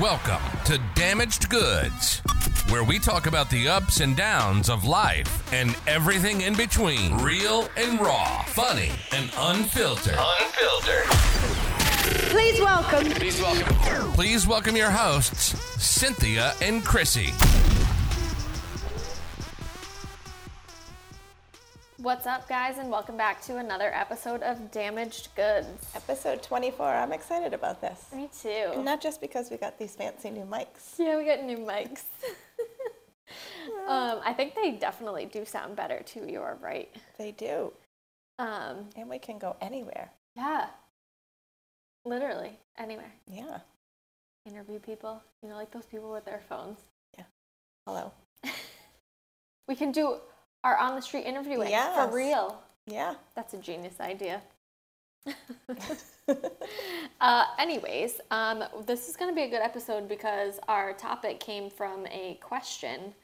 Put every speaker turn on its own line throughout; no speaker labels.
Welcome to Damaged Goods, where we talk about the ups and downs of life and everything in between. Real and raw, funny and unfiltered.
Unfiltered.
Please welcome.
Please welcome your hosts, Cynthia and Chrissy.
What's up, guys, and welcome back to another episode of Damaged Goods.
Episode 24. I'm excited about this.
Me too.
And Not just because we got these fancy new mics.
yeah, we got new mics. um, I think they definitely do sound better too. You are right.
They do.
Um,
And we can go anywhere.
yeah, literally anywhere.
Yeah.
Interview people. You know, like those people with their phones.
Hello.
We can do our on the street interviewing
Yes.
for real.
Yeah.
That's a genius idea. uh, anyways, um, this is going to be a good episode because our topic came from a question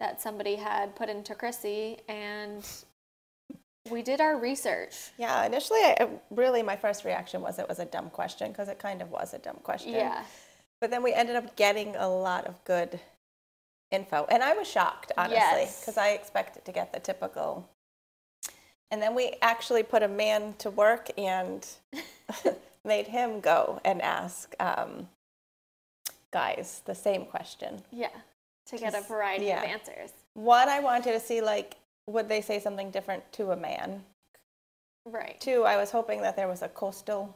that somebody had put into Chrissy, and we did our research.
Yeah. Initially, I, I- really, my first reaction was it was a dumb question because it kind of was a dumb question.
Yeah,
But then we ended up getting a lot of good info. And I was shocked, honestly,
Yes.
because I expected to get the typical. And then we actually put a man to work and made him go and ask um, guys the same question.
yeah, to get a variety
yeah.
of answers.
One, I wanted to see, like, would they say something different to a man?
Right.
Two, I was hoping that there was a coastal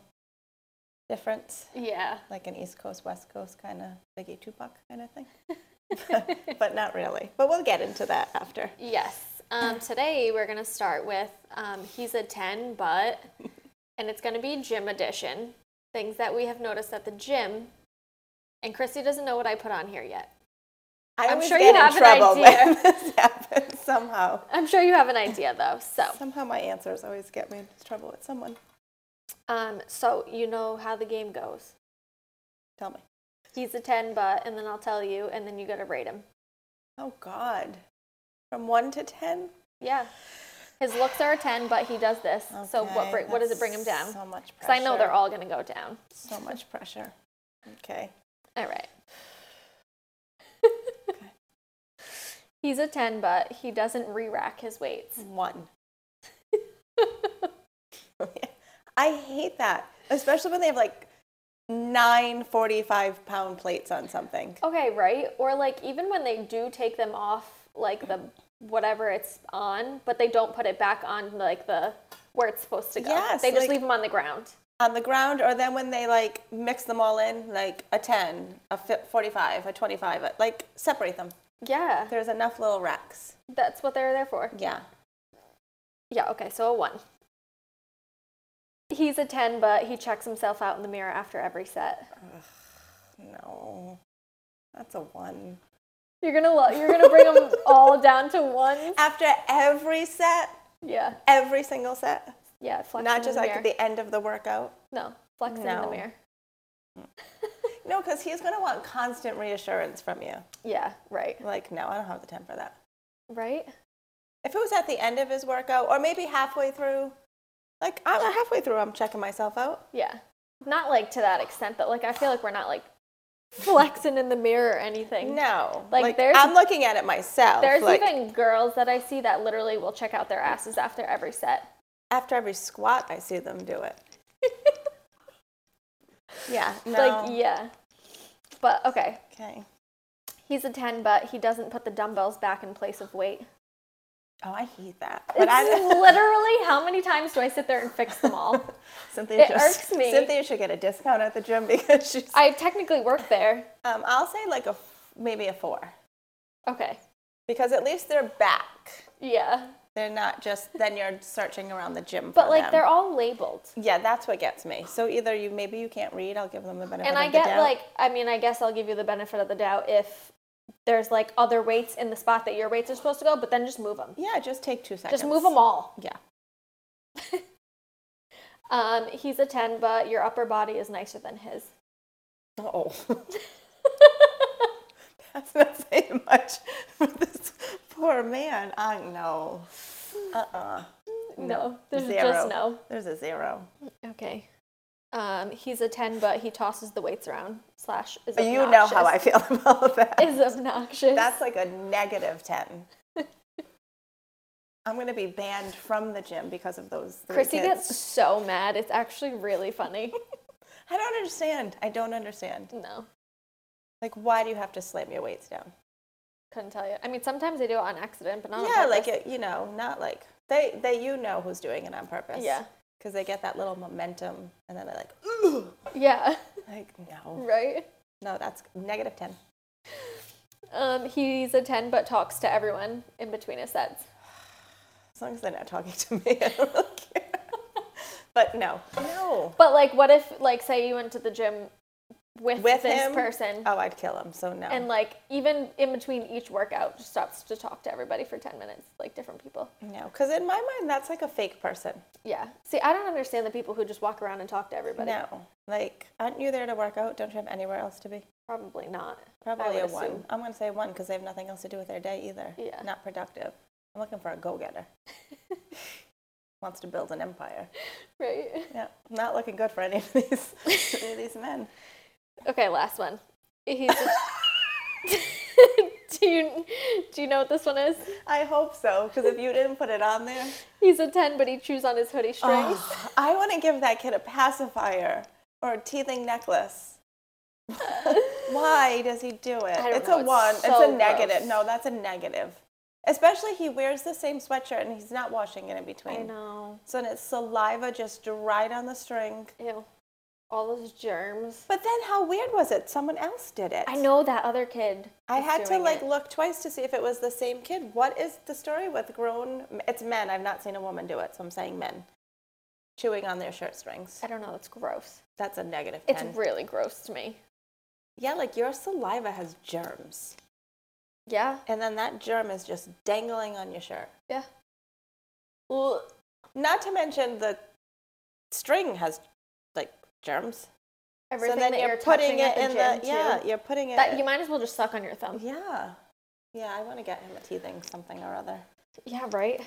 difference.
Yeah.
like an East Coast, West Coast kind of Biggie Tupac kind of thing. but not really. But we'll get into that after.
Yes. Um, today we're going to start with um, He's a 10, but, and it's going to be gym edition. Things that we have noticed at the gym. And Christy doesn't know what I put on here yet.
I
I'm
always
sure
get
you
in
have an
trouble
idea.
when this happens somehow.
I'm sure you have an idea though. So,
Somehow my answers always get me into trouble with someone.
um, so you know how the game goes.
Tell me.
He's a 10, but, and then I'll tell you, and then you got to rate him.
Oh God. From one to ten.
Yeah. His looks are a 10, but he does this. so what,
Okay,
br- what does it bring him
that's
down?
So much pressure.
Because I know they're all going to go down.
so much pressure. Okay.
All right. He's a 10, but he doesn't re rack his weights.
One. I hate that, especially when they have like nine 45 pound plates on something.
Okay, right? Or like even when they do take them off, like
Mm.
the whatever it's on, but they don't put it back on like the where it's supposed to go.
Yes,
they just
like-
leave them on the ground.
on the ground, or then when they like mix them all in, like a 10, a fi- 45, a 25, a- like separate them.
Yeah,
There's enough little racks.
that's what they're there for.
Yeah.
Yeah, okay, so a 1. He's a 10, but he checks himself out in the mirror after every set.
No. That's a one.
You're going to lo- you're going to bring them all down to 1.
After every set,
Yeah.
every single set,
Yeah, flexing
not
in
just
the
like
mirror.
at the end of the workout.
No, flexing in the
No.
mirror.
No, because he's going to want constant reassurance from you.
Yeah, right.
Like, no, I don't have the time for that.
Right?
If it was at the end of his workout, or maybe halfway through, like, I'm halfway through, I'm checking myself out.
Yeah. Not like to that extent, but like I feel like we're not like flexing in the mirror or anything.
No.
Like, there's-
I'm looking at it myself.
There's
like,
even girls that I see that literally will check out their asses after every set.
After every squat, I see them do it. yeah. No.
Like, yeah. But okay,
Okay.
he's a 10, but he doesn't put the dumbbells back in place of weight.
Oh, I hate that.
It's
But I
literally how many times do I sit there and fix them all?
Cynthia
it irks me.
Cynthia should get a discount at the gym because she's.
I technically work there.
Um, I'll say like a f- maybe a four
Okay.
because at least they're back.
Yeah.
They're not just then you're searching around the gym.
But
for
like
them.
they're all labeled.
Yeah, that's what gets me. So either you maybe you can't read. I'll give them the benefit.
and
of
I
the
get
doubt.
like, I mean, I guess I'll give you the benefit of the doubt if there's like other weights in the spot that your weights are supposed to go, but then just move them.
yeah, just take two seconds.
Just move them all.
Yeah.
Um, he's a 10, but your upper body is nicer than his.
Oh. That's not saying much for this poor man. I know. Uh uh
No, there's just no.
There's a zero.
Okay. Um, he's a 10, but he tosses the weights around, slash, is obnoxious.
You know how I feel about that.
Is obnoxious.
That's like a negative 10. I'm going to be banned from the gym because of those. three
Chrissy
kids.
gets so mad. It's actually really funny.
I don't understand. I don't understand.
no,
Like, why do you have to slam your weights down?
couldn't tell you. I mean, sometimes they do it on accident, but not on
yeah, like
purpose.
it, you know, not like they they you know who's doing it on purpose.
Yeah.
because they get that little momentum, and then they're like,
Yeah,
like no,
right?
no, that's negative ten.
Um, he's a 10, but talks to everyone in between his sets.
As long as they're not talking to me, I don't really care. But no, no.
But, like, what if, like, say you went to the gym with,
With
this
him?
person?
Oh, I'd kill him. So no.
And like even in between each workout, just stops to talk to everybody for ten minutes, like different people.
no, because in my mind, that's like a fake person.
Yeah. See, I don't understand the people who just walk around and talk to everybody.
No, like, aren't you there to work out? Don't you have anywhere else to be?
Probably not.
Probably a
would
one.
assume.
I'm gonna say one because they have nothing else to do with their day either.
Yeah.
Not productive. I'm looking for a go-getter. Wants to build an empire.
Right.
Yeah. Not looking good for any of these any of these men.
Okay, last one. He's do you do you know what this one is?
I hope so because if you didn't put it on there,
He's a ten, but he chews on his hoodie strings.
oh, I want to give that kid a pacifier or a teething necklace. Why does he do it?
I don't
it's
know,
a
it's
one.
so
it's a negative.
gross.
No, that's a negative. Especially he wears the same sweatshirt and he's not washing it in between.
I know.
So then it's saliva just dried on the string.
Ew. All those germs.
But then how weird was it? Someone else did it.
I know that other kid.
I
is
had to
doing
like
it.
look twice to see if it was the same kid. What is the story with grown? It's men. I've not seen a woman do it, so I'm saying men chewing on their shirt strings.
I don't know. It's gross.
That's a negative
It's
ten.
really gross to me.
yeah, like your saliva has germs,
Yeah.
and then that germ is just dangling on your shirt.
Yeah. Well,
Not to mention the string has like germs.
everything
so then
that
you're,
you're,
putting
touching at
it
the
in
gym
the yeah,
too.
you're putting it
That you might as well just suck on your thumb.
Yeah. Yeah, I want to get him a teething something or other.
Yeah, right.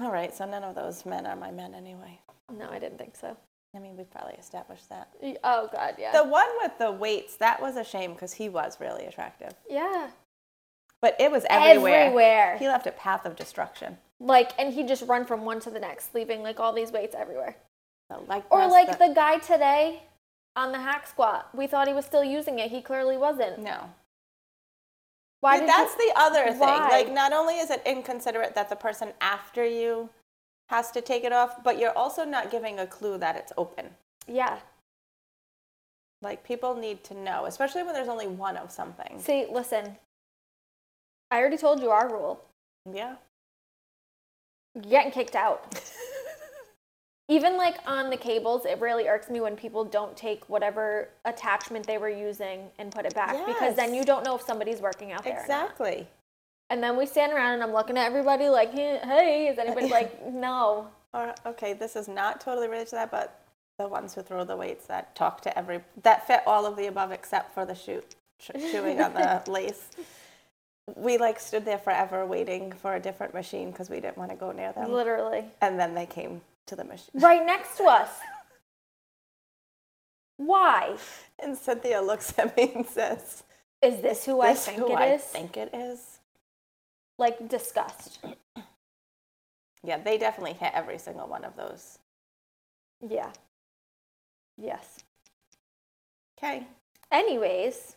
All right, so none of those men are my men anyway.
No, I didn't think so.
I mean, we probably established that.
Y- Oh God, yeah.
The one with the weights, that was a shame because he was really attractive.
yeah.
But it was everywhere.
Everywhere.
He left a path of destruction.
Like, and he just run from one to the next, leaving like all these weights everywhere.
The likeness,
Or like the guy today on the hack squat. We thought he was still using it. He clearly wasn't.
No.
Why
Yeah,
did
that's
you-
the other thing.
Why?
Like, not only is it inconsiderate that the person after you has to take it off, but you're also not giving a clue that it's open.
Yeah.
Like, people need to know, especially when there's only one of something.
See, listen. I already told you our rule.
Yeah.
You're getting kicked out. Even like on the cables, it really irks me when people don't take whatever attachment they were using and put it back because then
Yes.
you don't know if somebody's working out there. or not.
Exactly.
And then we stand around and I'm looking at everybody like, hey, hey, is anybody like, no.
Or okay, this is not totally related to that, but the ones who throw the weights that talk to every that fit all of the above except for the shoot ch- chewing on the lace. We like stood there forever waiting for a different machine because we didn't want to go near them,
Literally.
and then they came to the machine.
Right next to us. Why?
And Cynthia looks at me and says,
Is this who I
"This
think
who
it is?
I think it is."
Like, disgust.
Yeah, they definitely hit every single one of those.
Yeah. Yes.
Okay,
Anyways,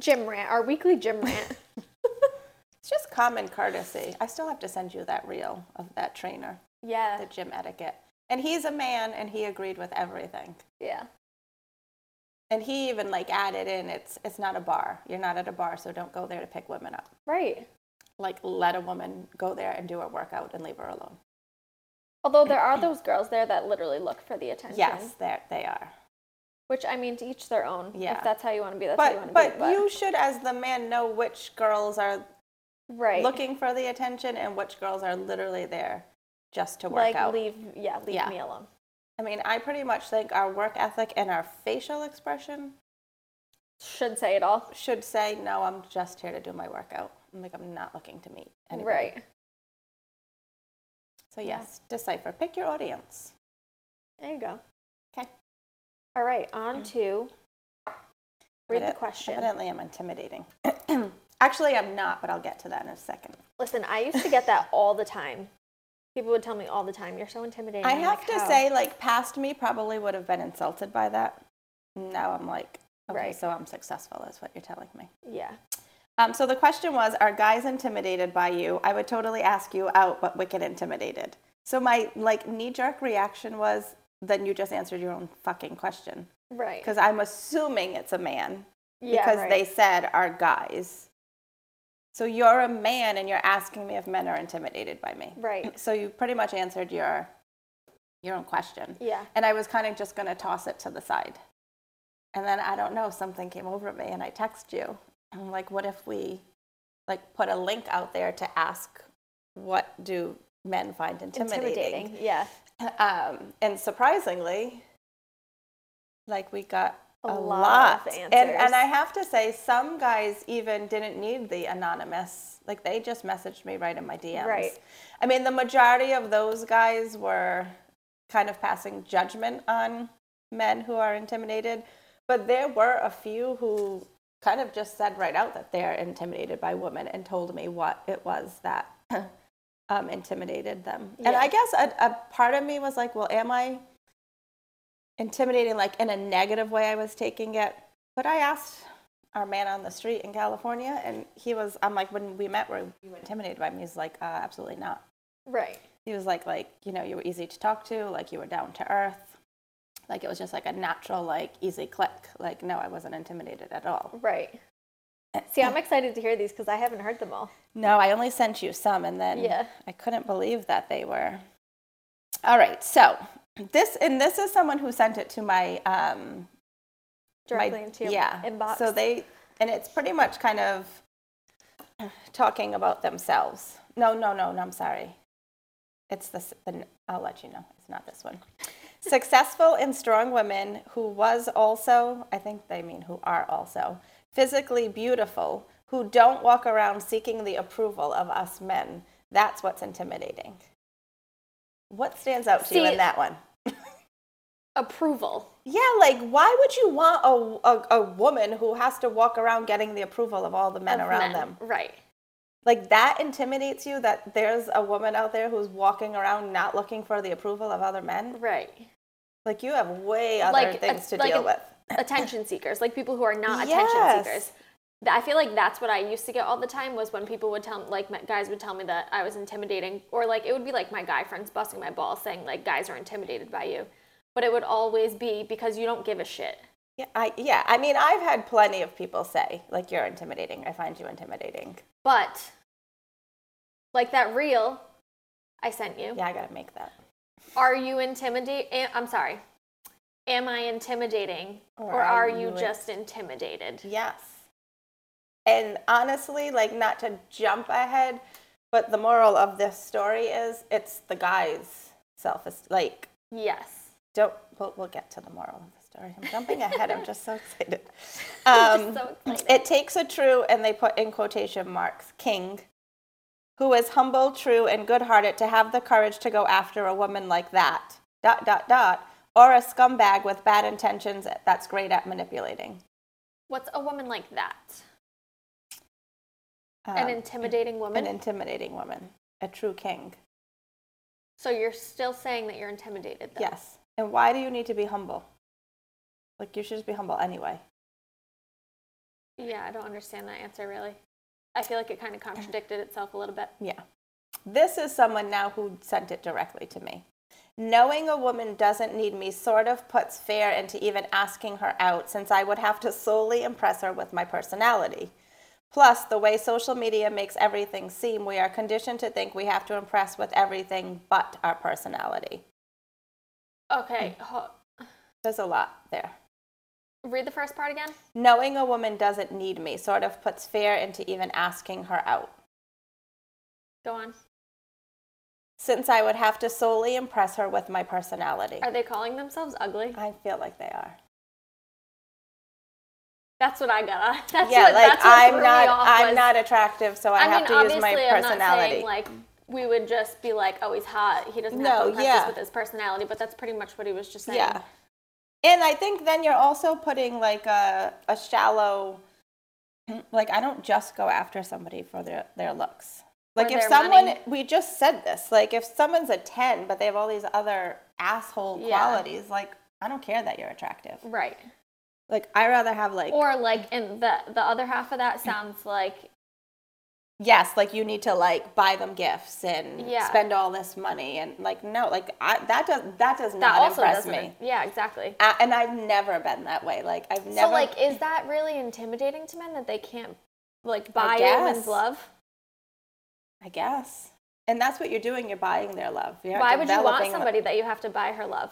gym rant, our weekly gym rant.
it's just common courtesy. I still have to send you that reel of that trainer. the
yeah.
gym etiquette. And he's a man and he agreed with everything.
Yeah.
And he even like added in it's it's not a bar. You're not at a bar, so don't go there to pick women up.
Right.
Like let a woman go there and do her workout and leave her alone.
Although there are those girls there that literally look for the attention.
Yes, there they are.
Which I mean, to each their own.
Yeah.
If that's how you want to be, that's how you want
But
to
but
be.
you should as the man know which girls are
right.
looking for the attention and which girls are literally there just to work
like
out.
leave, yeah, leave
Yeah.
me alone.
I mean, I pretty much think our work ethic and our facial expression
Should say it all.
should say, no, I'm just here to do my workout. I'm like, I'm not looking to meet anybody.
Right.
So
Yeah.
yes, decipher. Pick your audience.
There you go.
Okay.
All right, on to read the
Evident-
question.
Evidently, I'm intimidating. Actually, I'm not, but I'll get to that in a second.
Listen, I used to get that all the time. People would tell me all the time, "You're so intimidating."
I
I'm
have
like,
to
"How?"
say, like, past me probably would have been insulted by that. Now I'm like, okay,
Right.
so I'm successful, is what you're telling me.
yeah,
Um, so the question was, are guys intimidated by you? I would totally ask you out, but wicked intimidated. So my like knee-jerk reaction was, then you just answered your own fucking question
right.
because I'm assuming it's a man
yeah,
because
right.
they said are guys. So you're a man and you're asking me if men are intimidated by me.
Right.
So you pretty much answered your your own question.
Yeah.
And I was kind of just going to toss it to the side. And then I don't know, something came over me and I text you. I'm like, what if we like put a link out there to ask what do men find intimidating?
intimidating. Yeah,
Um, and surprisingly, like we got
A
a,
lot of
lot. And, and
answers.
I have to say, some guys even didn't need the anonymous. Like they just messaged me right in my DMs.
Right.
I mean, the majority of those guys were kind of passing judgment on men who are intimidated, but there were a few who kind of just said right out that they're intimidated by women and told me what it was that um, intimidated them. And
Yeah.
I guess a, a part of me was like, well, am I intimidating, like in a negative way? I was taking it. But I asked our man on the street in California, and he was, I'm like, when we met, were you intimidated by me? He's like, uh, absolutely not.
right.
He was like, like, you know, you were easy to talk to, like, you were down to earth. Like, it was just like a natural, like, easy click. Like, no, I wasn't intimidated at all.
Right.
Eh,
See, I'm excited to hear these because I haven't heard them all.
No, I only sent you some, and then
Yeah.
I couldn't believe that they were. All right, so this and this is someone who sent it to my um, my-
Directly into your inbox.
So they and it's pretty much kind of talking about themselves. No, no, no, no. I'm sorry. It's this. The, I'll let you know. It's not this one. Successful and strong women who was also, I think they mean who are also, physically beautiful, who don't walk around seeking the approval of us men. That's what's intimidating. What stands out to you
See-
in that one?
approval.
Yeah, like why would you want a, a, a woman who has to walk around getting the approval of all the men
of
around
men.
them?
Right.
Like that intimidates you that there's a woman out there who's walking around not looking for the approval of other men?
Right.
Like you have way other
Like, uh,
things to
like
deal
an-
with.
attention seekers, like people who are not
Yes.
attention seekers. Th- I feel like that's what I used to get all the time was when people would tell, like, my, guys would tell me that I was intimidating, or like it would be like my guy friends busting my balls saying like guys are intimidated by you, but it would always be because you don't give a shit.
Yeah, I yeah, I mean I've had plenty of people say like you're intimidating. I find you intimidating.
But like that reel I sent you,
Yeah, I got to make that.
are you intimidating? I'm sorry, am I intimidating, or, are, you, just intimidated?
Yes. And honestly, like not to jump ahead, but the moral of this story is it's the guy's self esteem. Like,
Yes.
don't, we'll, we'll get to the moral of the story. I'm jumping ahead. I'm just so excited.
I'm
Um,
just so excited.
It takes a true, and they put in quotation marks, king, who is humble, true, and good hearted to have the courage to go after a woman like that, dot, dot, dot, or a scumbag with bad intentions that's great at manipulating.
What's a woman like that?
Um,
An intimidating woman.
an intimidating woman, a true king.
so you're still saying that you're intimidated, though.
Yes. And why do you need to be humble? Like you should just be humble anyway.
Yeah, I don't understand that answer really. I feel like it kind of contradicted itself a little bit.
Yeah. This is someone now who sent it directly to me. Knowing a woman doesn't need me sort of puts fear into even asking her out since I would have to solely impress her with my personality. Plus, the way social media makes everything seem, we are conditioned to think we have to impress with everything but our personality.
Okay, ho-
There's a lot there.
read the first part again.
Knowing a woman doesn't need me sort of puts fear into even asking her out,
Go on.
since I would have to solely impress her with my personality.
Are they calling themselves ugly?
I feel like they are.
That's what I got. That's
yeah,
what,
like
that's what
I'm
threw
not,
me off
I'm
was-
not attractive, so I,
I,
have
mean,
to use
obviously,
my
I'm not saying
personality.
like we would just be like, oh, he's hot. He doesn't have
No,
to impress
yeah.
us with his personality, but that's pretty much what he was just saying.
yeah, And I think then you're also putting like a, a shallow, like I don't just go after somebody for their, their looks.
Or
Like if
their
someone,
money.
we just said this, like if someone's a 10, but they have all these other asshole
Yeah.
qualities, like I don't care that you're attractive.
Right.
Like I rather have like,
Or like, and the the other half of that sounds like
yes, like you need to like buy them gifts and
Yeah.
spend all this money. And like, no, like I, that does, that does
that
not
also
impress
doesn't.
me.
Yeah, exactly.
I, and I've never been that way. Like I've never
So like, is that really intimidating to men that they can't like buy a
guess.
woman's love?
I guess. And that's what you're doing. You're buying their love. You're
Why would you want
developing-
somebody that you have to buy her love?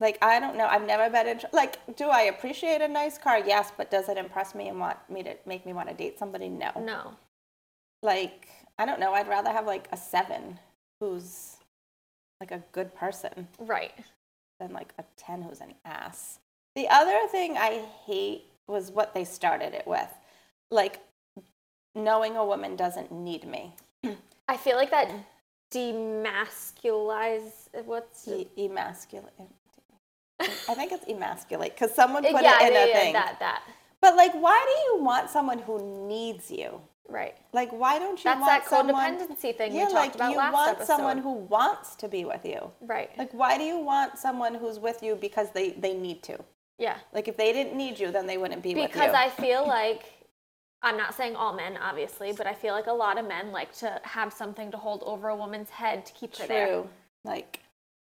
Like I don't know. I've never been in. tr- Like, do I appreciate a nice car? Yes, but does it impress me and want me to make me want to date somebody? No.
No.
Like I don't know. I'd rather have like a seven who's like a good person
Right.
than like a ten who's an ass. The other thing I hate was what they started it with, like knowing a woman doesn't need me.
I feel like that demasculize what's
E- emasculate. I think it's emasculate because someone put
yeah,
it in
yeah,
a
yeah,
thing.
that that
But like, why do you want someone who needs you?
right.
Like, why don't you
That's
want
that
someone?
codependency thing
yeah,
we talked
like
about
you
last
want
episode.
someone who wants to be with you.
right.
Like, why do you want someone who's with you because they they need to?
yeah.
Like, if they didn't need you, then they wouldn't be with you.
Because I feel like I'm not saying all men obviously, but I feel like a lot of men like to have something to hold over a woman's head to keep her there.
true. Like,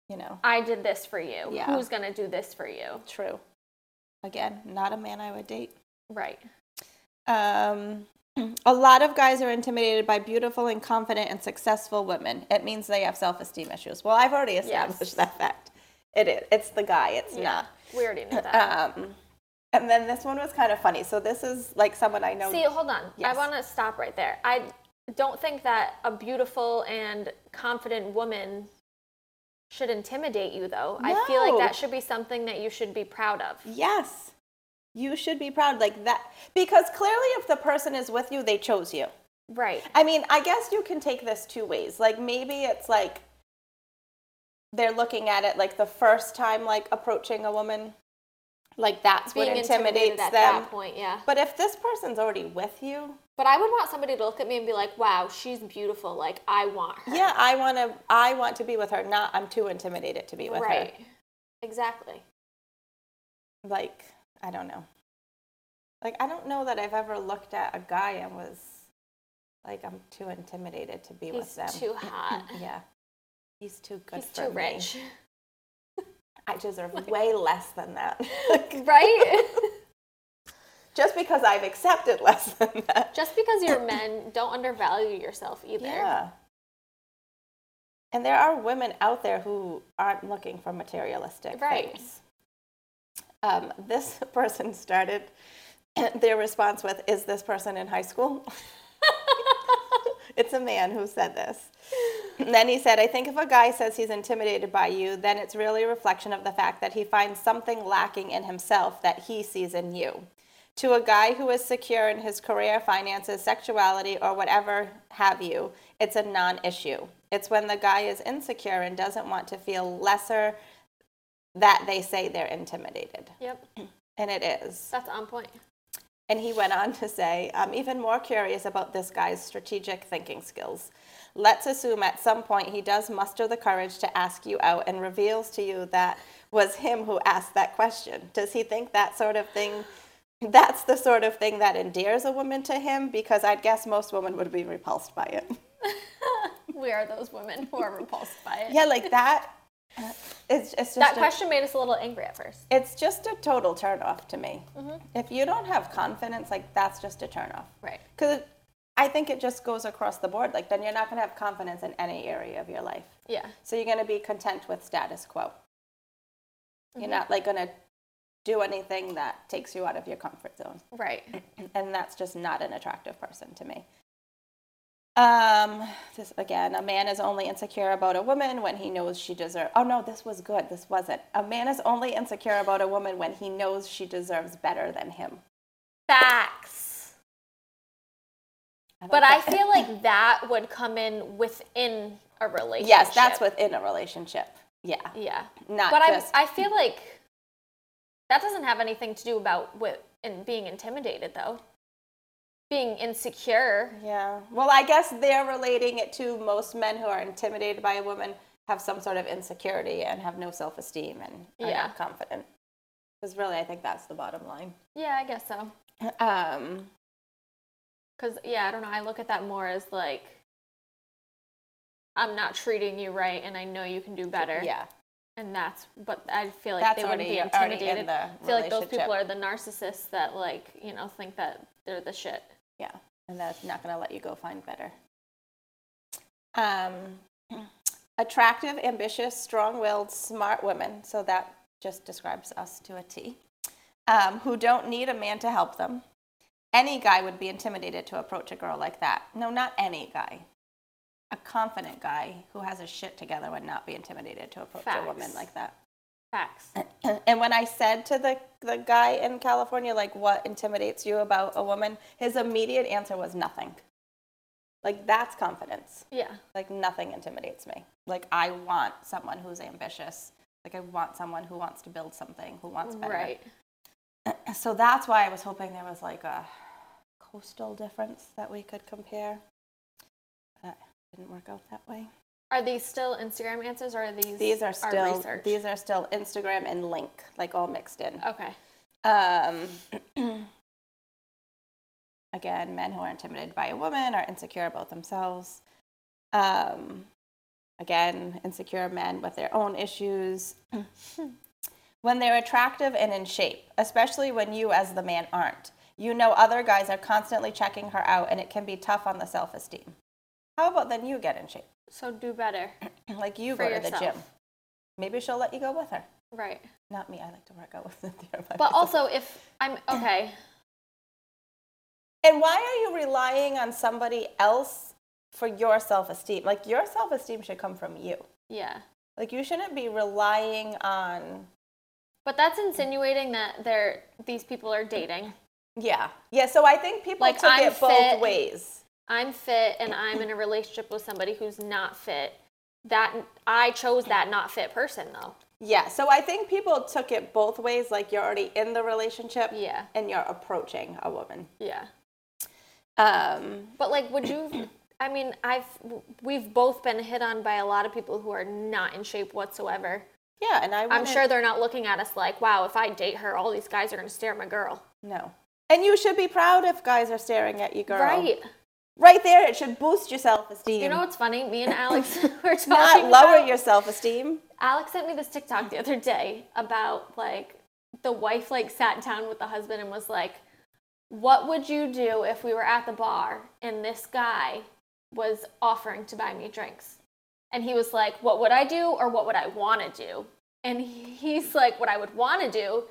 you know,
I did this for you.
Yeah.
Who's going to do this for you?
true. Again, not a man I would date.
Right.
Um, a lot of guys are intimidated by beautiful and confident and successful women. It means they have self esteem issues. Well, I've already established that fact. It is. It's the guy. It's
Yeah. We already knew that.
not. Um, and then this one was kind of funny. So this is like someone I know.
See, hold on.
Yes.
I want to stop right there. I don't think that a beautiful and confident woman should intimidate you, though. I feel like
No.
that should be something that you should be proud of.
yes, you should be proud like that because clearly, if the person is with you, they chose you.
Right.
I mean, I guess you can take this two ways. Like maybe it's like they're looking at it like the first time like approaching a woman. Like that's what intimidates them.
at that point, yeah.
But if this person's already with you,
But I would want somebody to look at me and be like, "Wow, she's beautiful. Like I want her."
yeah, I want to I want to be with her, not I'm too intimidated to be with
right. Exactly.
her. Like, I don't know. Like I don't know that I've ever looked at a guy and was like I'm too intimidated to be with
He's
them.
too hot.
yeah. He's too good
He's
for
too
me.
rich.
I deserve way less than that.
Right?
Just because I've accepted less than that.
Just because you're men, don't undervalue yourself either.
Yeah. And there are women out there who aren't looking for materialistic
Right.
things. Um, this person started their response with, Is this person in high school? it's a man who said this. And then he said, I think if a guy says he's intimidated by you, then it's really a reflection of the fact that he finds something lacking in himself that he sees in you. To a guy who is secure in his career, finances, sexuality, or whatever have you, it's a non issue. It's when the guy is insecure and doesn't want to feel lesser that they say they're intimidated.
Yep.
And it is.
That's on point.
And he went on to say, I'm even more curious about this guy's strategic thinking skills. Let's assume at some point he does muster the courage to ask you out and reveals to you that was him who asked that question. Does he think that sort of thing? That's the sort of thing that endears a woman to him because I'd guess most women would be repulsed by it.
We are those women who are repulsed by it.
Yeah, like that. It's, it's just
That
a-
question made us a little angry at first.
It's just a total turnoff to me.
Mm-hmm.
If you don't have confidence, like that's just a turnoff.
Right.
Because I think it just goes across the board. Like then you're not going to have confidence in any area of your life.
Yeah.
So you're going to be content with status quo. You're
Mm-hmm.
not like going to do anything that takes you out of your comfort zone
Right.
and that's just not an attractive person to me. Um, this again, a man is only insecure about a woman when he knows she deserves. Oh no, this was good. This wasn't. A man is only insecure about a woman when he knows she deserves better than him.
Facts.
I
But I
like that.
feel like that would come in within a relationship.
yes, that's within a relationship. Yeah,
Yeah.
not
but
just
I, I feel like That doesn't have anything to do about with in being intimidated though. Being insecure.
Yeah. Well, I guess they're relating it to most men who are intimidated by a woman have some sort of insecurity and have no self esteem and are
Yeah.
not confident. Because really, I think that's the bottom line.
Yeah, I guess so.
Um,
Cause yeah, I don't know. I look at that more as like I'm not treating you right, and I know you can do better.
yeah.
and that's. But I feel like
That's
they wouldn't be
already- already in
intimidated.
the
I feel like those people are
relationship.
the narcissists that like you know think that they're the shit.
Yeah, and that's not going to let you go find better. Um, attractive, ambitious, strong willed, smart women. So that just describes us to a T. Um, who don't need a man to help them. Any guy would be intimidated to approach a girl like that. No, not any guy. A confident guy who has his shit together would not be intimidated to approach a woman
Facts.
like that.
Facts.
And when I said to the, the guy in California, like, what intimidates you about a woman, his immediate answer was nothing. Like, that's confidence.
Yeah.
Like, nothing intimidates me. Like, I want someone who's ambitious. Like, I want someone who wants to build something, who wants better.
Right.
So that's why I was hoping there was like a coastal difference that we could compare. That didn't work out that way.
Are these still Instagram answers, or are these
These are still
research?
these are still Instagram and Link, like all mixed in.
okay.
Um, again, men who are intimidated by a woman are insecure about themselves. Um, again, insecure men with their own issues. when they're attractive and in shape, especially when you, as the man, aren't. You know, other guys are constantly checking her out, and it can be tough on the self esteem. How about then you get in shape?
So do better.
Like you
For
go to the
yourself.
gym. Maybe she'll let you go with her.
Right.
Not me. I like to work out with Cynthia. by
But
myself.
also, if I'm okay,
And why are you relying on somebody else for your self esteem? Like, your self esteem should come from you.
yeah.
Like, you shouldn't be relying on.
But that's insinuating that they're these people are dating.
Yeah. Yeah. So I think people
Like,
took
I'm
it both
fit.
ways.
I'm fit and I'm in a relationship with somebody who's not fit. That I chose that not fit person though.
Yeah. So I think people took it both ways. Like, you're already in the relationship
Yeah.
and you're approaching a woman.
Yeah.
Um,
But like would you I mean, I've we've both been hit on by a lot of people who are not in shape whatsoever.
yeah. And I
I'm
wouldn't-
sure they're not looking at us like, "Wow, if I date her, all these guys are going to stare at my girl."
No. And you should be proud if guys are staring at you, girl.
Right.
Right there, it should boost your self esteem.
You know what's funny? Me and Alex were talking
not lower
about-
your self esteem.
Alex sent me this TikTok the other day about like the wife like sat down with the husband and was like, "What would you do if we were at the bar and this guy was offering to buy me drinks?" And he was like, "What would I do or what would I want to do?" And he's like, "What I would want to do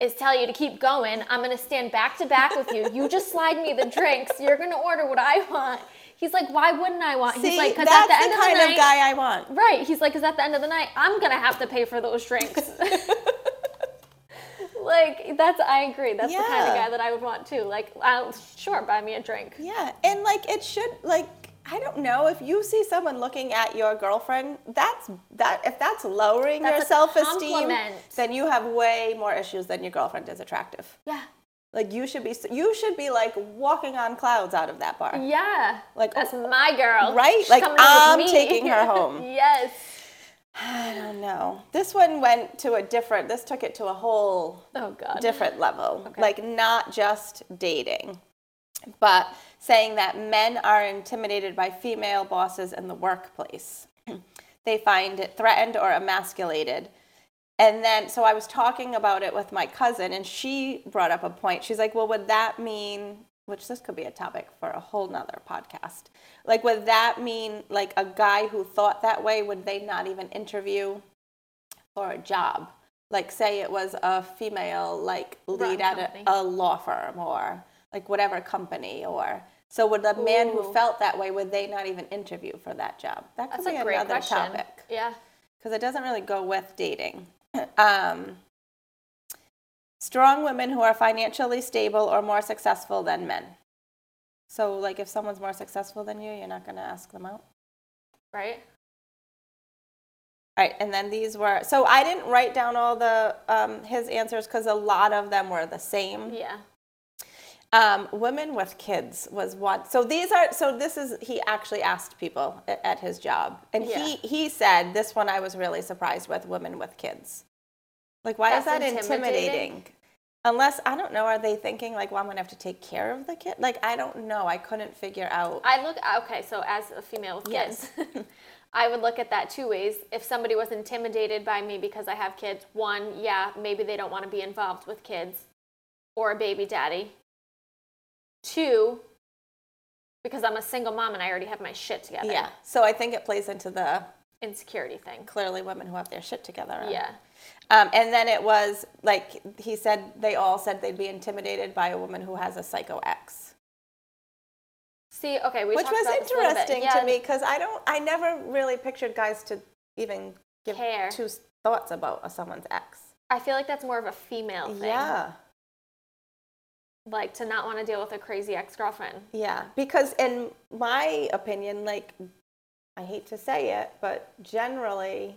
is tell you to keep going. I'm going to stand back to back with you. You just slide me the drinks. You're going to order what I want." He's like, "Why wouldn't I want?"
See,
he's like, "'Cause
that's the,
end
kind
the
of,
night-
guy I want.
Right. He's like, because at the end of the night, I'm gonna have to pay for those drinks. like, that's I agree. That's the kind of
Yeah.
guy that I would want too. Like, I'll, sure, buy me a drink.
Yeah, and like it should like I don't know if you see someone looking at your girlfriend, that's that if that's lowering
That's
your
a
self-esteem,
compliment.
then you have way more issues than your girlfriend is attractive.
Yeah.
Like you should be you should be like walking on clouds out of that bar.
Yeah.
Like, oh,
that's my girl.
right?
She's
Like,
coming out
I'm
with me.
taking her home.
yes.
I don't know. This one went to a different this took it to a whole
Oh God.
different level.
Okay.
Like not just dating, but saying that men are intimidated by female bosses in the workplace. they find it threatened or emasculated. And then, so I was talking about it with my cousin, and she brought up a point. She's like, Well, would that mean, which this could be a topic for a whole nother podcast, like, would that mean, like, a guy who thought that way, would they not even interview for a job? Like, say it was a female, like, lead at
Run company.
a, a law firm or, like, whatever company, or so would the man who
Ooh.
felt that way, would they not even interview for that job? That could be
That's a great
another
question.
topic
Yeah.
because it doesn't really go with dating. um, strong women who are financially stable or more successful than men. So, like, if someone's more successful than you, you're not going to ask them out.
Right.
All right, and then these were so I didn't write down all the um, his answers because a lot of them were the same.
Yeah.
Um, women with kids was one. So these are so this is he actually asked people at, at his job, and he he said this one I was really surprised with women with kids. Like why is
That's
that intimidating?
intimidating?
Unless I don't know, are they thinking like, well, I'm gonna have to take care of the kid? Like I don't know, I couldn't figure out.
I look okay. So as a female with kids, I would look at that two ways. If somebody was intimidated by me because I have kids, one, yeah, maybe they don't want to be involved with kids or a baby daddy. Two, because I'm a single mom and I already have my shit together.
yeah, so I think it plays into the
Insecurity thing.
clearly women who have their shit together. are-
Yeah.
Um, and then it was like he said they all said they'd be intimidated by a woman who has a psycho ex,
See, okay, we
which
talked
was
about this a little bit.
interesting
Yeah,
to me because I don't, I never really pictured guys to even give
Care.
two s- thoughts about someone's ex.
I feel like that's more of a female thing.
Yeah,
Like to not want to deal with a crazy ex girlfriend.
yeah. Because in my opinion, like I hate to say it, but generally,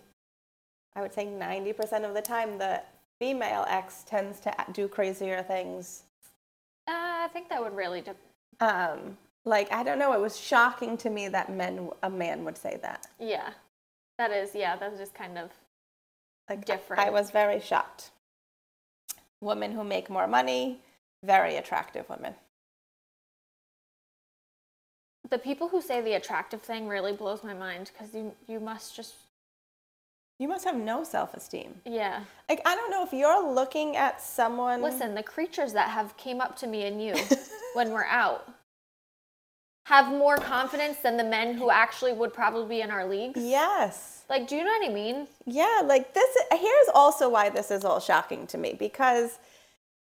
I would say ninety percent of the time the female ex tends to a- do crazier things
Uh, I think that would really. De-
um like i don't know it was shocking to me that men a man would say that
yeah. That is, yeah, that's just kind of.
like I-
Different.
i was very shocked women who make more money very attractive women
The people who say the attractive thing really blows my mind because you you must just
you must have no self-esteem
yeah.
like i don't know if you're looking at someone
Listen, the creatures that have came up to me and you when we're out have more confidence than the men who actually would probably be in our leagues.
yes
Like, do you know what I mean?
Yeah, like this. Here's also why this is all shocking to me because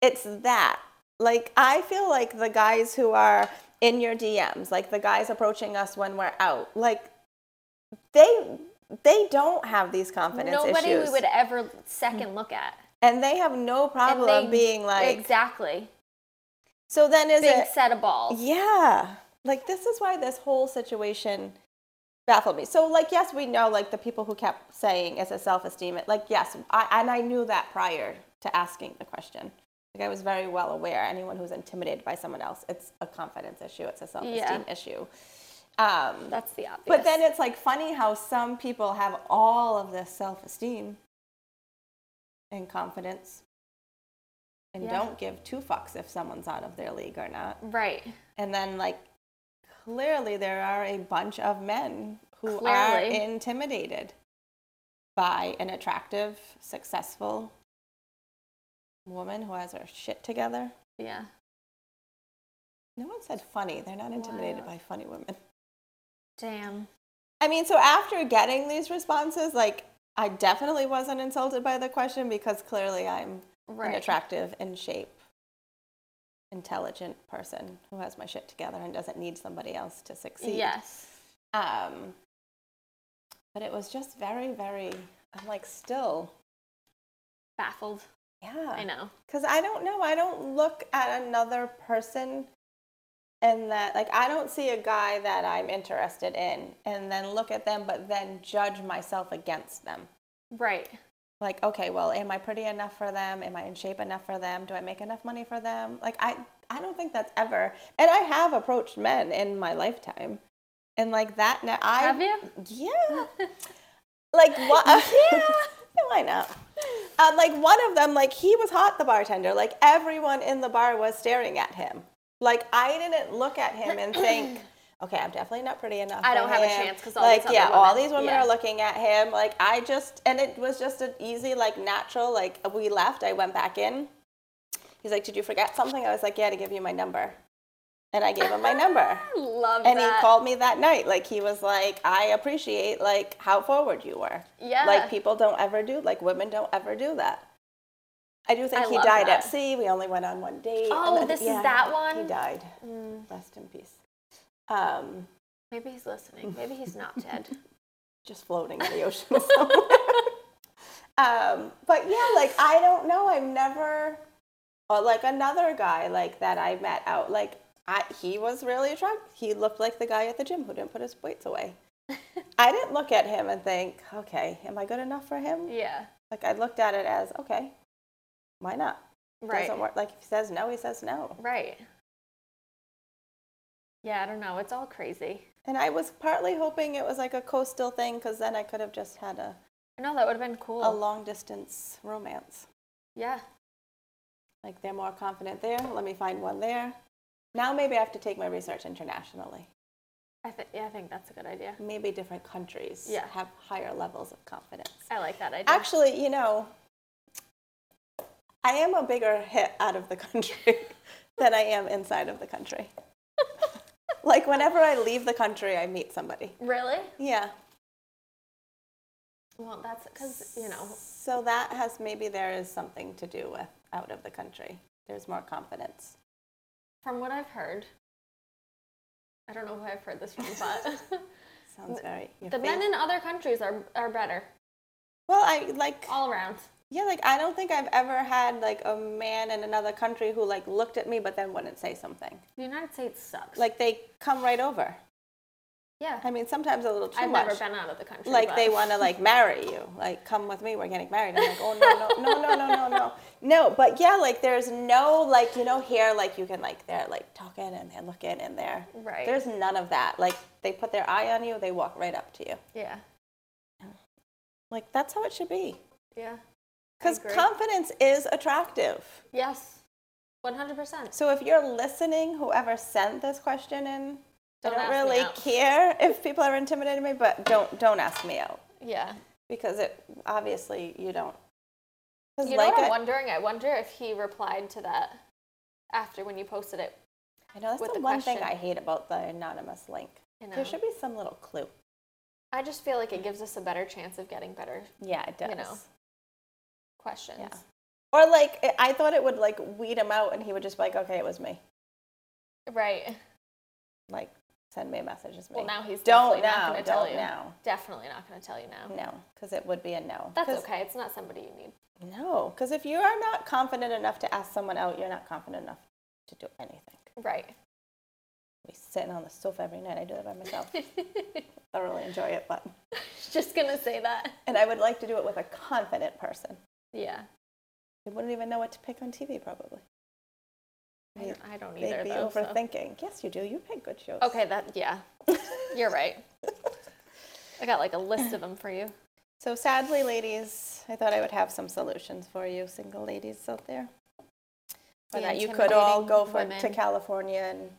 it's that. Like, I feel like the guys who are in your DMs, like the guys approaching us when we're out, like they they don't have these confidence
Nobody
issues,
we would ever second look at.
and they have no
And
problem
they-
being like.
exactly
So then, is
being
it?
set a ball.
Yeah. Like this is why this whole situation baffled me. So like yes, we know like the people who kept saying it's a self-esteem. Like yes, I and I knew that prior to asking the question. Like I was very well aware anyone who's intimidated by someone else, it's a confidence issue, it's a self-esteem issue. Um
That's the obvious.
but then it's like funny how some people have all of this self-esteem and confidence and
Yeah.
don't give two fucks if someone's out of their league or not.
right,
And then, like, clearly there are a bunch of men who are
Clearly.
intimidated by an attractive, successful woman who has her shit together.
yeah.
No one said funny. They're not intimidated by funny women.
Damn.
I mean, so after getting these responses, like, I definitely wasn't insulted by the question because clearly I'm
Right.
an attractive, in shape, intelligent person who has my shit together and doesn't need somebody else to succeed.
Yes.
Um, but it was just very, very, I'm like still,
Baffled.
yeah.
I know.
Because I don't know. I don't look at another person and that, like, I don't see a guy that I'm interested in and then look at them, but then judge myself against them.
Right.
Like, okay, well, am I pretty enough for them? Am I in shape enough for them? Do I make enough money for them? Like, I, I don't think that's ever. And I have approached men in my lifetime. And like that, now I
Have you?
Yeah. like what? yeah. Why not? Um, like one of them, like he was hot, the bartender. Like everyone in the bar was staring at him. Like I didn't look at him and think, okay, I'm definitely not pretty enough.
I
for
don't have a
him."
chance 'cause all
like
these other
yeah, all
women-
these women
yeah.
are looking at him. Like I just and it was just an easy, like natural. Like we left, I went back in. He's like, did you forget something? I was like, yeah, to give you my number, and I gave him my number
I love
and
that.
he called me that night like he was like i appreciate like how forward you were
Yeah.
like people don't ever do like women don't ever do that i do think
I
he
love
died
that.
at sea we only went on one date and
Oh,
then-
this is
yeah,
that
he
one?
died
Mm,
rest in peace um
maybe he's listening. Maybe he's not dead.
just floating in the ocean somewhere. um but yeah like i don't know i've never or like another guy like that i met out like I, he was really attractive he looked like the guy at the gym who didn't put his weights away I didn't look at him and think, okay, am I good enough for him?
yeah.
Like I looked at it as, okay, why not?
Right.
Doesn't work. Like if he says no, he says no.
Right. Yeah, I don't know. It's all crazy.
And I was partly hoping it was like a coastal thing because then I could have just had a,
I know that would have been cool.
a long distance romance.
yeah.
Like they're more confident there. Let me find one there. Now maybe I have to take my research internationally.
I think yeah, I think that's a good idea.
Maybe different countries
Yeah.
have higher levels of confidence.
I like that idea.
Actually, you know, I am a bigger hit out of the country than I am inside of the country. like whenever I leave the country, I meet somebody.
really?
Yeah.
Well, that's because you know.
So that has maybe there is something to do with out of the country. There's more confidence.
From what I've heard, I don't know who I've heard this from, but
Sounds very your
the men
face-
in other countries are are better
Well, I like
all around.
yeah, like I don't think I've ever had like a man in another country who like looked at me but then wouldn't say something.
The United States sucks.
Like they come right over.
yeah,
I mean, sometimes a little too
I've
much.
never been out of the country.
like
but-
they want to like marry you like come with me we're getting married i'm like oh no no no no no no no no but yeah like there's no like you know here like you can like they're like talking and they're looking and they're
Right.
there's none of that like they put their eye on you they walk right up to you
Yeah.
like that's how it should be
Yeah.
because
agree.
confidence is attractive
Yes. One hundred percent.
so if you're listening whoever sent this question in
Don't
i
ask
don't
me
really
out.
care if people are intimidated by me but don't don't ask me out
Yeah.
because it obviously you don't 'Cause
You know what I'm
I-
wondering? I wonder if he replied to that after when you posted it.
I know that's
with
the,
the
one thing I
question.
hate about the anonymous link.
You know?
There should be some little clue.
I just feel like it gives us a better chance of getting better
Yeah, it does.
You know. questions.
Yeah. Or like, I- I thought it would like weed him out, and he would just be like, "Okay, it was me."
Right.
Like, send me a message. It's me.
Well, now he's
don't
definitely not
now.
gonna
Don't
tell you.
now.
Definitely not going to tell you now.
No, because it would be a no.
That's
'Cause-
okay. It's not somebody you need.
No, because if you are not confident enough to ask someone out, you're not confident enough to do anything.
Right.
Be sitting on the sofa every night. I do that by myself. Thoroughly enjoy it, but
Just going to say that.
and I would like to do it with a confident person.
Yeah.
They wouldn't even know what to pick on TV, probably.
I don't, I don't
They'd
either,
be
though. so-
overthinking. Yes, you do. You pick good shows.
Okay, that, yeah. You're right. I got like a list of them for you.
So sadly, ladies, I thought I would have some solutions for you, single ladies out there. Or
The
that you could all go for
intimidating
to
women.
California and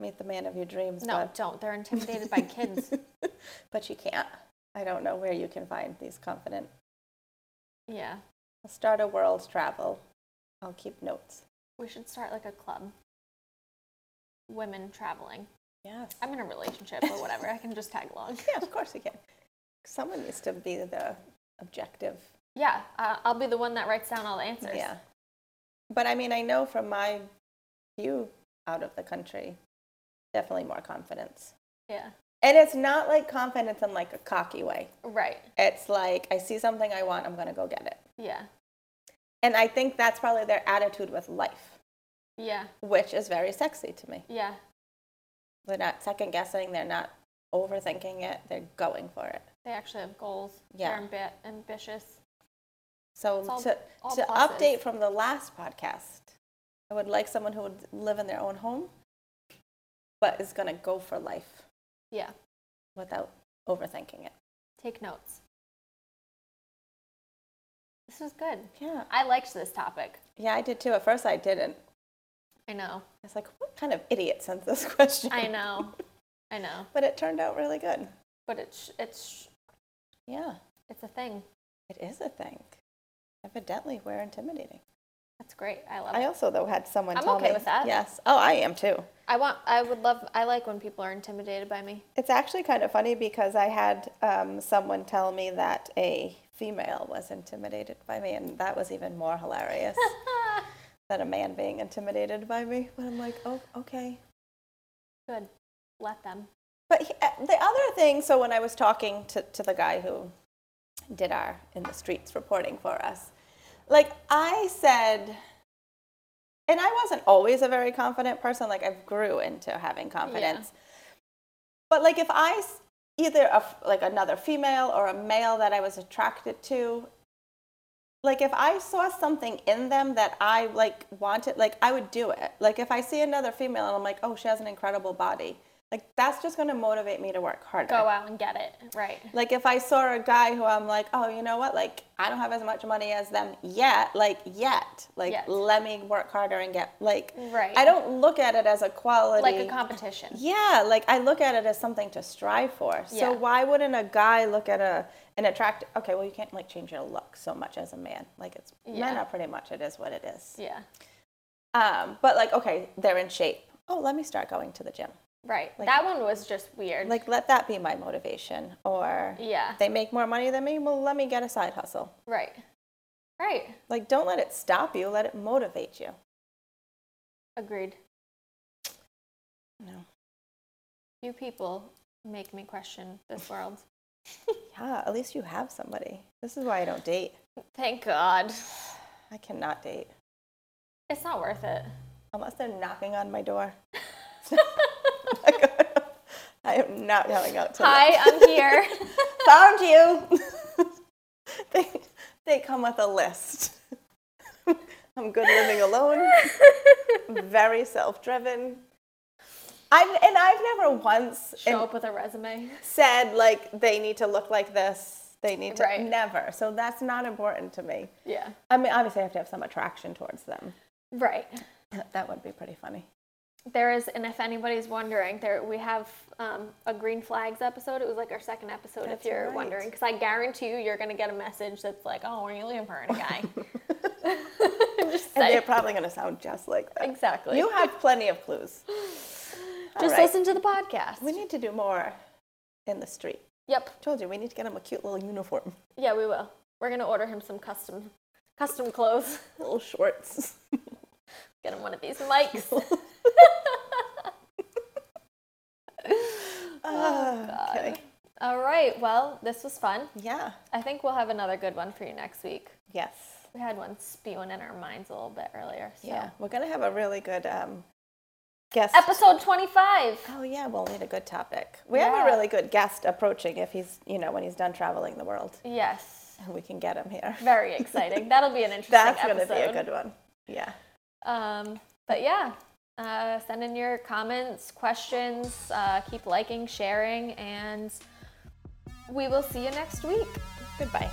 meet the man of your dreams.
No, don't. They're intimidated by kids.
but, but you can't. I don't know where you can find these confident.
Yeah.
I'll start a world travel. I'll keep notes.
We should start like a club. Women traveling.
Yes.
I'm in a relationship or whatever. I can just tag along.
Yeah, of course you can. Someone needs to be the objective
Yeah, uh, I'll be the one that writes down all the answers.
Yeah. But I mean, I know from my view out of the country, definitely more confidence.
Yeah.
And it's not like confidence in like a cocky way.
Right.
It's like I see something I want, I'm going to go get it.
Yeah.
And I think that's probably their attitude with life,
Yeah.
which is very sexy to me.
Yeah.
They're not second guessing, they're not overthinking it, they're going for it.
They actually have goals.
Yeah.
They're ambi- ambitious.
So
It's all-
to,
all
to
pluses.
update from the last podcast, I would like someone who would live in their own home, but is going to go for life.
Yeah.
without overthinking it.
Take notes. This was good.
Yeah.
I liked this topic.
Yeah, I did too. At first, I didn't.
I know.
I was like, what kind of idiot sent this question?
I know. I know.
But it turned out really good.
But it's it's
Yeah,
it's a thing.
it is a thing. Evidently, we're intimidating.
That's great. I love
I
it.
also, though, had someone
Um, I'm
tell
okay
me-
with that.
Yes. Oh, I am too.
I want. I would love. I like when people are intimidated by me.
It's actually kind of funny because I had um, someone tell me that a female was intimidated by me, and that was even more hilarious than a man being intimidated by me. But I'm like, oh, okay.
Good. Let them.
But he, uh, the other thing, so when I was talking to, to the guy who did our in the streets reporting for us, like I said, and I wasn't always a very confident person, like I've grew into having confidence. But like if I s- either a f like another female or a male that I was attracted to. Like if I saw something in them that I like wanted, like I would do it. Like if I see another female and I'm like, oh, she has an incredible body, like that's just gonna motivate me to work harder.
Go out and get it. Right.
Like if I saw a guy who I'm like, oh, you know what? Like I don't have as much money as them yet. Like yet. Like
Yet.
let me work harder and get like.
Right.
I don't look at it as a quality.
Like a competition.
Yeah, like I look at it as something to strive for. So
Yeah.
why wouldn't a guy look at a an attract? Okay, well you can't like change your look so much as a man. Like it's men
Yeah.
are pretty much it is what it is.
Yeah.
Um, but like okay, they're in shape. Oh, let me start going to the gym.
Right. that one was just weird.
Like let that be my motivation. Or
yeah.
they make more money than me. Well, let me get a side hustle.
right. Right.
Like don't let it stop you. Let it motivate you.
Agreed.
No.
Few people make me question this world.
Yeah, at least you have somebody. This is why I don't date.
Thank God.
I cannot date
It's not worth it.
unless they're knocking on my door. I am not going out to
Hi, I'm here.
Found you. they, they come with a list. I'm good living alone. Very self-driven. I've and I've never once
Show up with a resume.
said like they need to look like this. They need to
Right.
never. So that's not important to me.
Yeah.
I mean, obviously, I have to have some attraction towards them.
Right.
That would be pretty funny.
There is, and if anybody's wondering, there we have um, a green flags episode. It was like our second episode,
That's
if you're
right.
wondering, because I guarantee you, you're gonna get a message that's like, "Oh, are you looking for a guy?" Just
And
say
they're probably going to sound just like that.
exactly.
You have plenty of clues.
Just
right.
listen to the podcast.
We need to do more in the street.
yep.
Told you, we need to get him a cute little uniform,
Yeah, we will. We're gonna order him some custom, custom clothes.
little shorts.
Get him one of these mics.
Oh, Okay.
All right. Well, this was fun.
Yeah.
I think we'll have another good one for you next week.
Yes.
We had one spewing in our minds a little bit earlier. So.
Yeah. We're going to have a really good um, guest.
Episode 25.
oh, yeah. We'll need a good topic. We have
Yeah.
a really good guest approaching if he's, you know, when he's done traveling the world.
Yes.
We can get him here.
Very exciting. That'll be an interesting
That's going to
episode.
be a good one. Yeah.
Um, but yeah, uh, send in your comments, questions, uh, keep liking, sharing, and we will see you next week.
Goodbye.